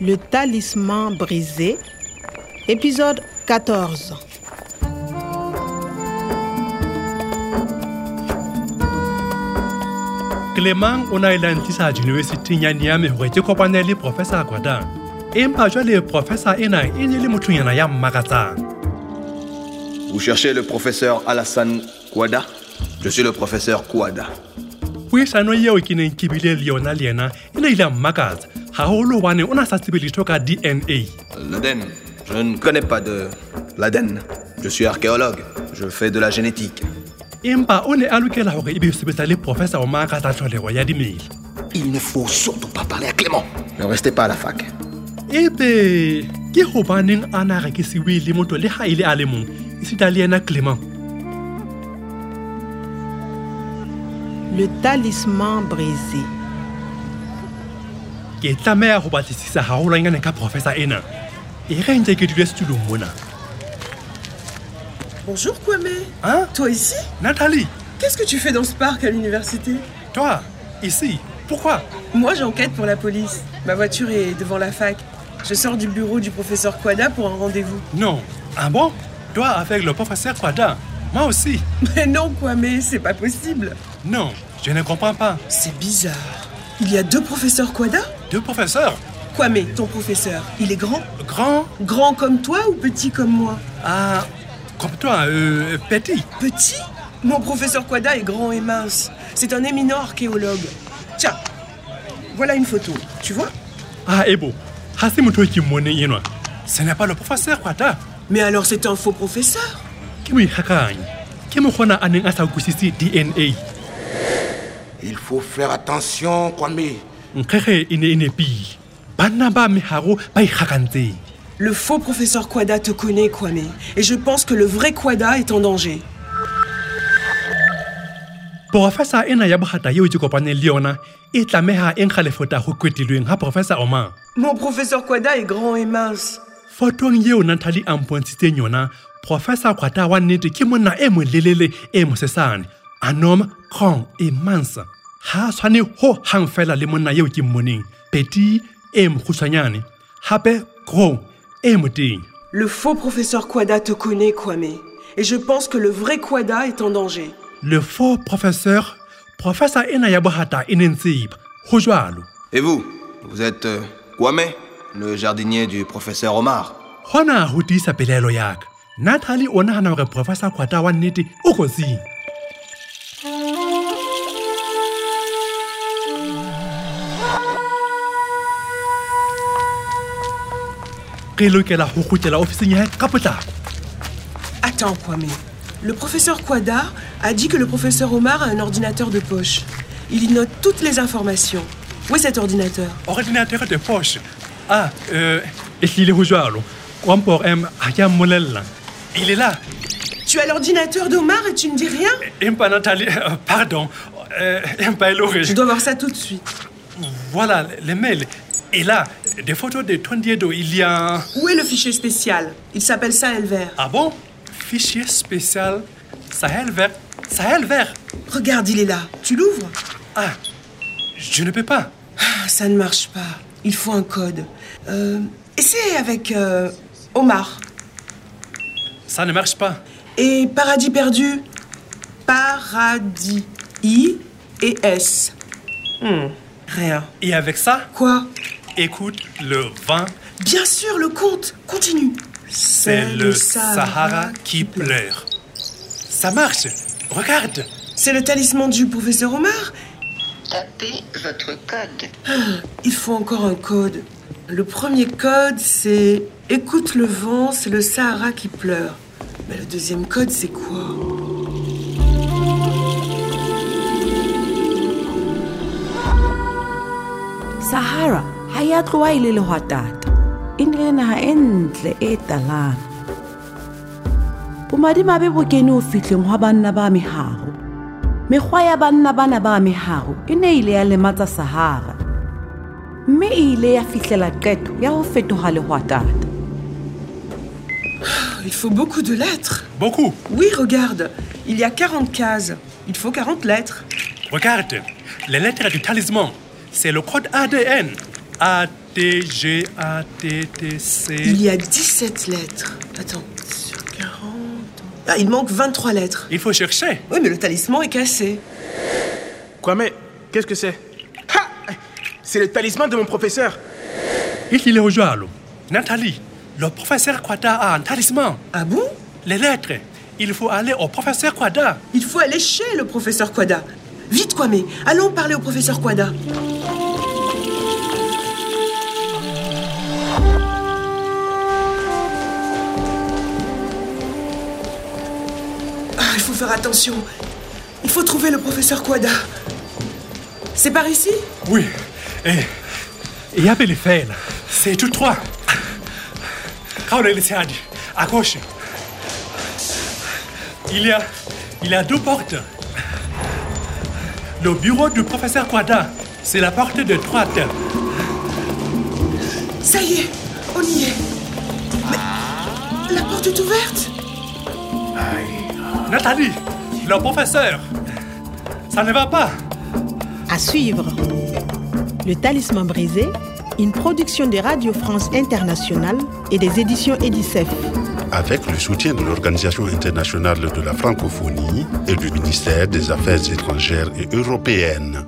Le talisman brisé, épisode 14. Clément unayilandisa yunivesiting ya niamey gore ke kopane le professor kwadang empa jwale professor ena e ne le mothonyana ya mmakatsang Vous cherchez le professeur Alassane Kouada Je suis le professeur Kouada. puisano yeo ke neng ke bile le yona le ena e ne ile ya mmakatsa gagolo gobane o ne a sa tsebe letho ka dna L'Aden. Je ne connais pas de l'Aden. Je suis archéologue. Je fais de la génétique. empa o ne a lokela gore e be sebetsa le professor o maakatsa tlholego ya dimela Il ne faut surtout pas parler à Clément. Ne restez pas à la fac. Eh ebe ke gobaneng a naga ke sewe le motho le ga e le a le mongwe e seta le ena clement Le talisman brisé. ke tlameya go batlisisa gagolwanyane ka professor ena e ge ntse ke dule setulong mona Bonjour Kwame. Hein Toi ici Nathalie, Qu'est-ce que tu fais dans ce parc à l'université toi, ici, pourquoi Moi j'enquête pour la police. Ma voiture est devant la fac. Je sors du bureau du professeur Kwada pour un rendez-vous. Non. Ah bon Toi avec le professeur Quadin Moi aussi Mais non Kwame, c'est pas possible. Non, je ne comprends pas. C'est bizarre. Il y a deux professeurs Kwada Deux professeurs Kwame, ton professeur, il est grand Grand Grand comme toi ou petit comme moi Ah, comme toi, euh, petit. Petit Mon professeur Kwada est grand et mince. C'est un éminent archéologue. Tiens, voilà une photo. Tu vois Ah, et bon. Hasimuto Kimone Yenwa. Ce n'est pas le professeur Quadin Mais alors c'est un faux professeur qui me hakagne. Qui me connaît à n'engasakusisi DNA. Il faut faire attention, Kwame. Nkere ine inepi. Banaba miharo bai hakante. Le faux professeur Quada te connaît, Kwame, et je pense que le vrai Quada est en danger. Professeur ena ya bohata yeo ke kopane le yona e tlameha e nkga lefota go kwetilweng ga professor Omang. Mon professeur Quada est grand et mince. fotong yeo nathalie a mpontshitseng yona professor kgwata wa nnete ke monna e molelele e mosesane anom kong e mansa ga a tshwane go hang fela le monna yeo ke mmoneng peti e mokgutshwanyane gape grong e moteng Le faux professeur Quada te connaît, Kwame, et je pense que le vrai Quada est en danger. le faux professeur professor ena ya bohata e ne ntseba go jalo Et vous Vous êtes euh, Kwame, le jardinier du professeur Omar. gona go tiisa pelaelo yaka nathalie o nagana gore professor kgwata wa nnete o kotsing re lokela go kgutlela ofising ya hae ka potlako Attends, Kwame. Le professeur Quada a dit que le professeur Omar a un ordinateur de poche. Il y note toutes les informations. Où est cet ordinateur ordinatere de poche a um ehlile go jalo kompor em ga ke a mmolelela ele la Tu as l'ordinateur d'Omar et tu ne dis rien empa nathalie euh, pardon euh, empa e le gore Je dois voir ça tout de suite. Voilà, les mails. Et là, des photos de Tondiedo, il y a... Où est le fichier spécial Il s'appelle ça Elver. Ah bon Fichier spécial Sahel vert. Sahel vert Regarde, il est là. Tu l'ouvres Ah, je ne peux pas. Ah, Ça ne marche pas. Il faut un code. Euh, essaie avec euh, Omar. Ça ne marche pas. Et Paradis perdu. Paradis. I et S. Hmm, Rien. Et avec ça, Quoi écoute le vent. Bien sûr, le compte. Continue. C'est le Sahara qui pleure. Ça marche. Regarde. C'est le talisman du professeur Omar. Tapez votre code. Il faut encore un code. Le premier code, c'est Écoute le vent, c'est le Sahara qui pleure. Mais le deuxième code, c'est quoi sahara ha ya tloa e le lehwatata e ne le naga e ntle e talang bomadimabe bo kene ho fitlheng hwa banna ba mehago mekgwa ya banna bana ba mehago e ne ile ya lematsa sahara mme e ile ya fitlhela qeto ya ho fetoga lehwatata Il faut beaucoup de lettres. Beaucoup. Oui, regarde, il y a 40 cases. Il faut 40 lettres. Regarde. Les lettres du talisman. C'est le code ADN. ADN. T, G, A, T, T, C. Il y a 17 lettres. Attends, sur 40. Ah, il manque 23 lettres. Il faut chercher. Oui, mais le talisman est cassé. Kwame, qu'est-ce que c'est Ha C'est le talisman de mon professeur. Il est au journal. Nathalie, le professeur Quada a un talisman. Ah bon Les lettres. Il faut aller au professeur Quada. Il faut aller chez le professeur Quada. Vite, Kwame, allons parler au professeur Quada. Ah, il faut faire attention. Il faut trouver le professeur Quada. C'est par ici Oui. Et, et appelez Fail. C'est tout trois. Quand le Tchad, à gauche, il y a, il y a deux portes. Le bureau du professeur Quada, c'est la porte de droite. Ça y est, on y est. Mais la porte est ouverte Nathalie, le professeur, ça ne va pas. À suivre. Le talisman brisé, une production de Radio France Internationale et des éditions Edicef. avec le soutien de l'Organisation internationale de la francophonie et du ministère des Affaires étrangères et européennes.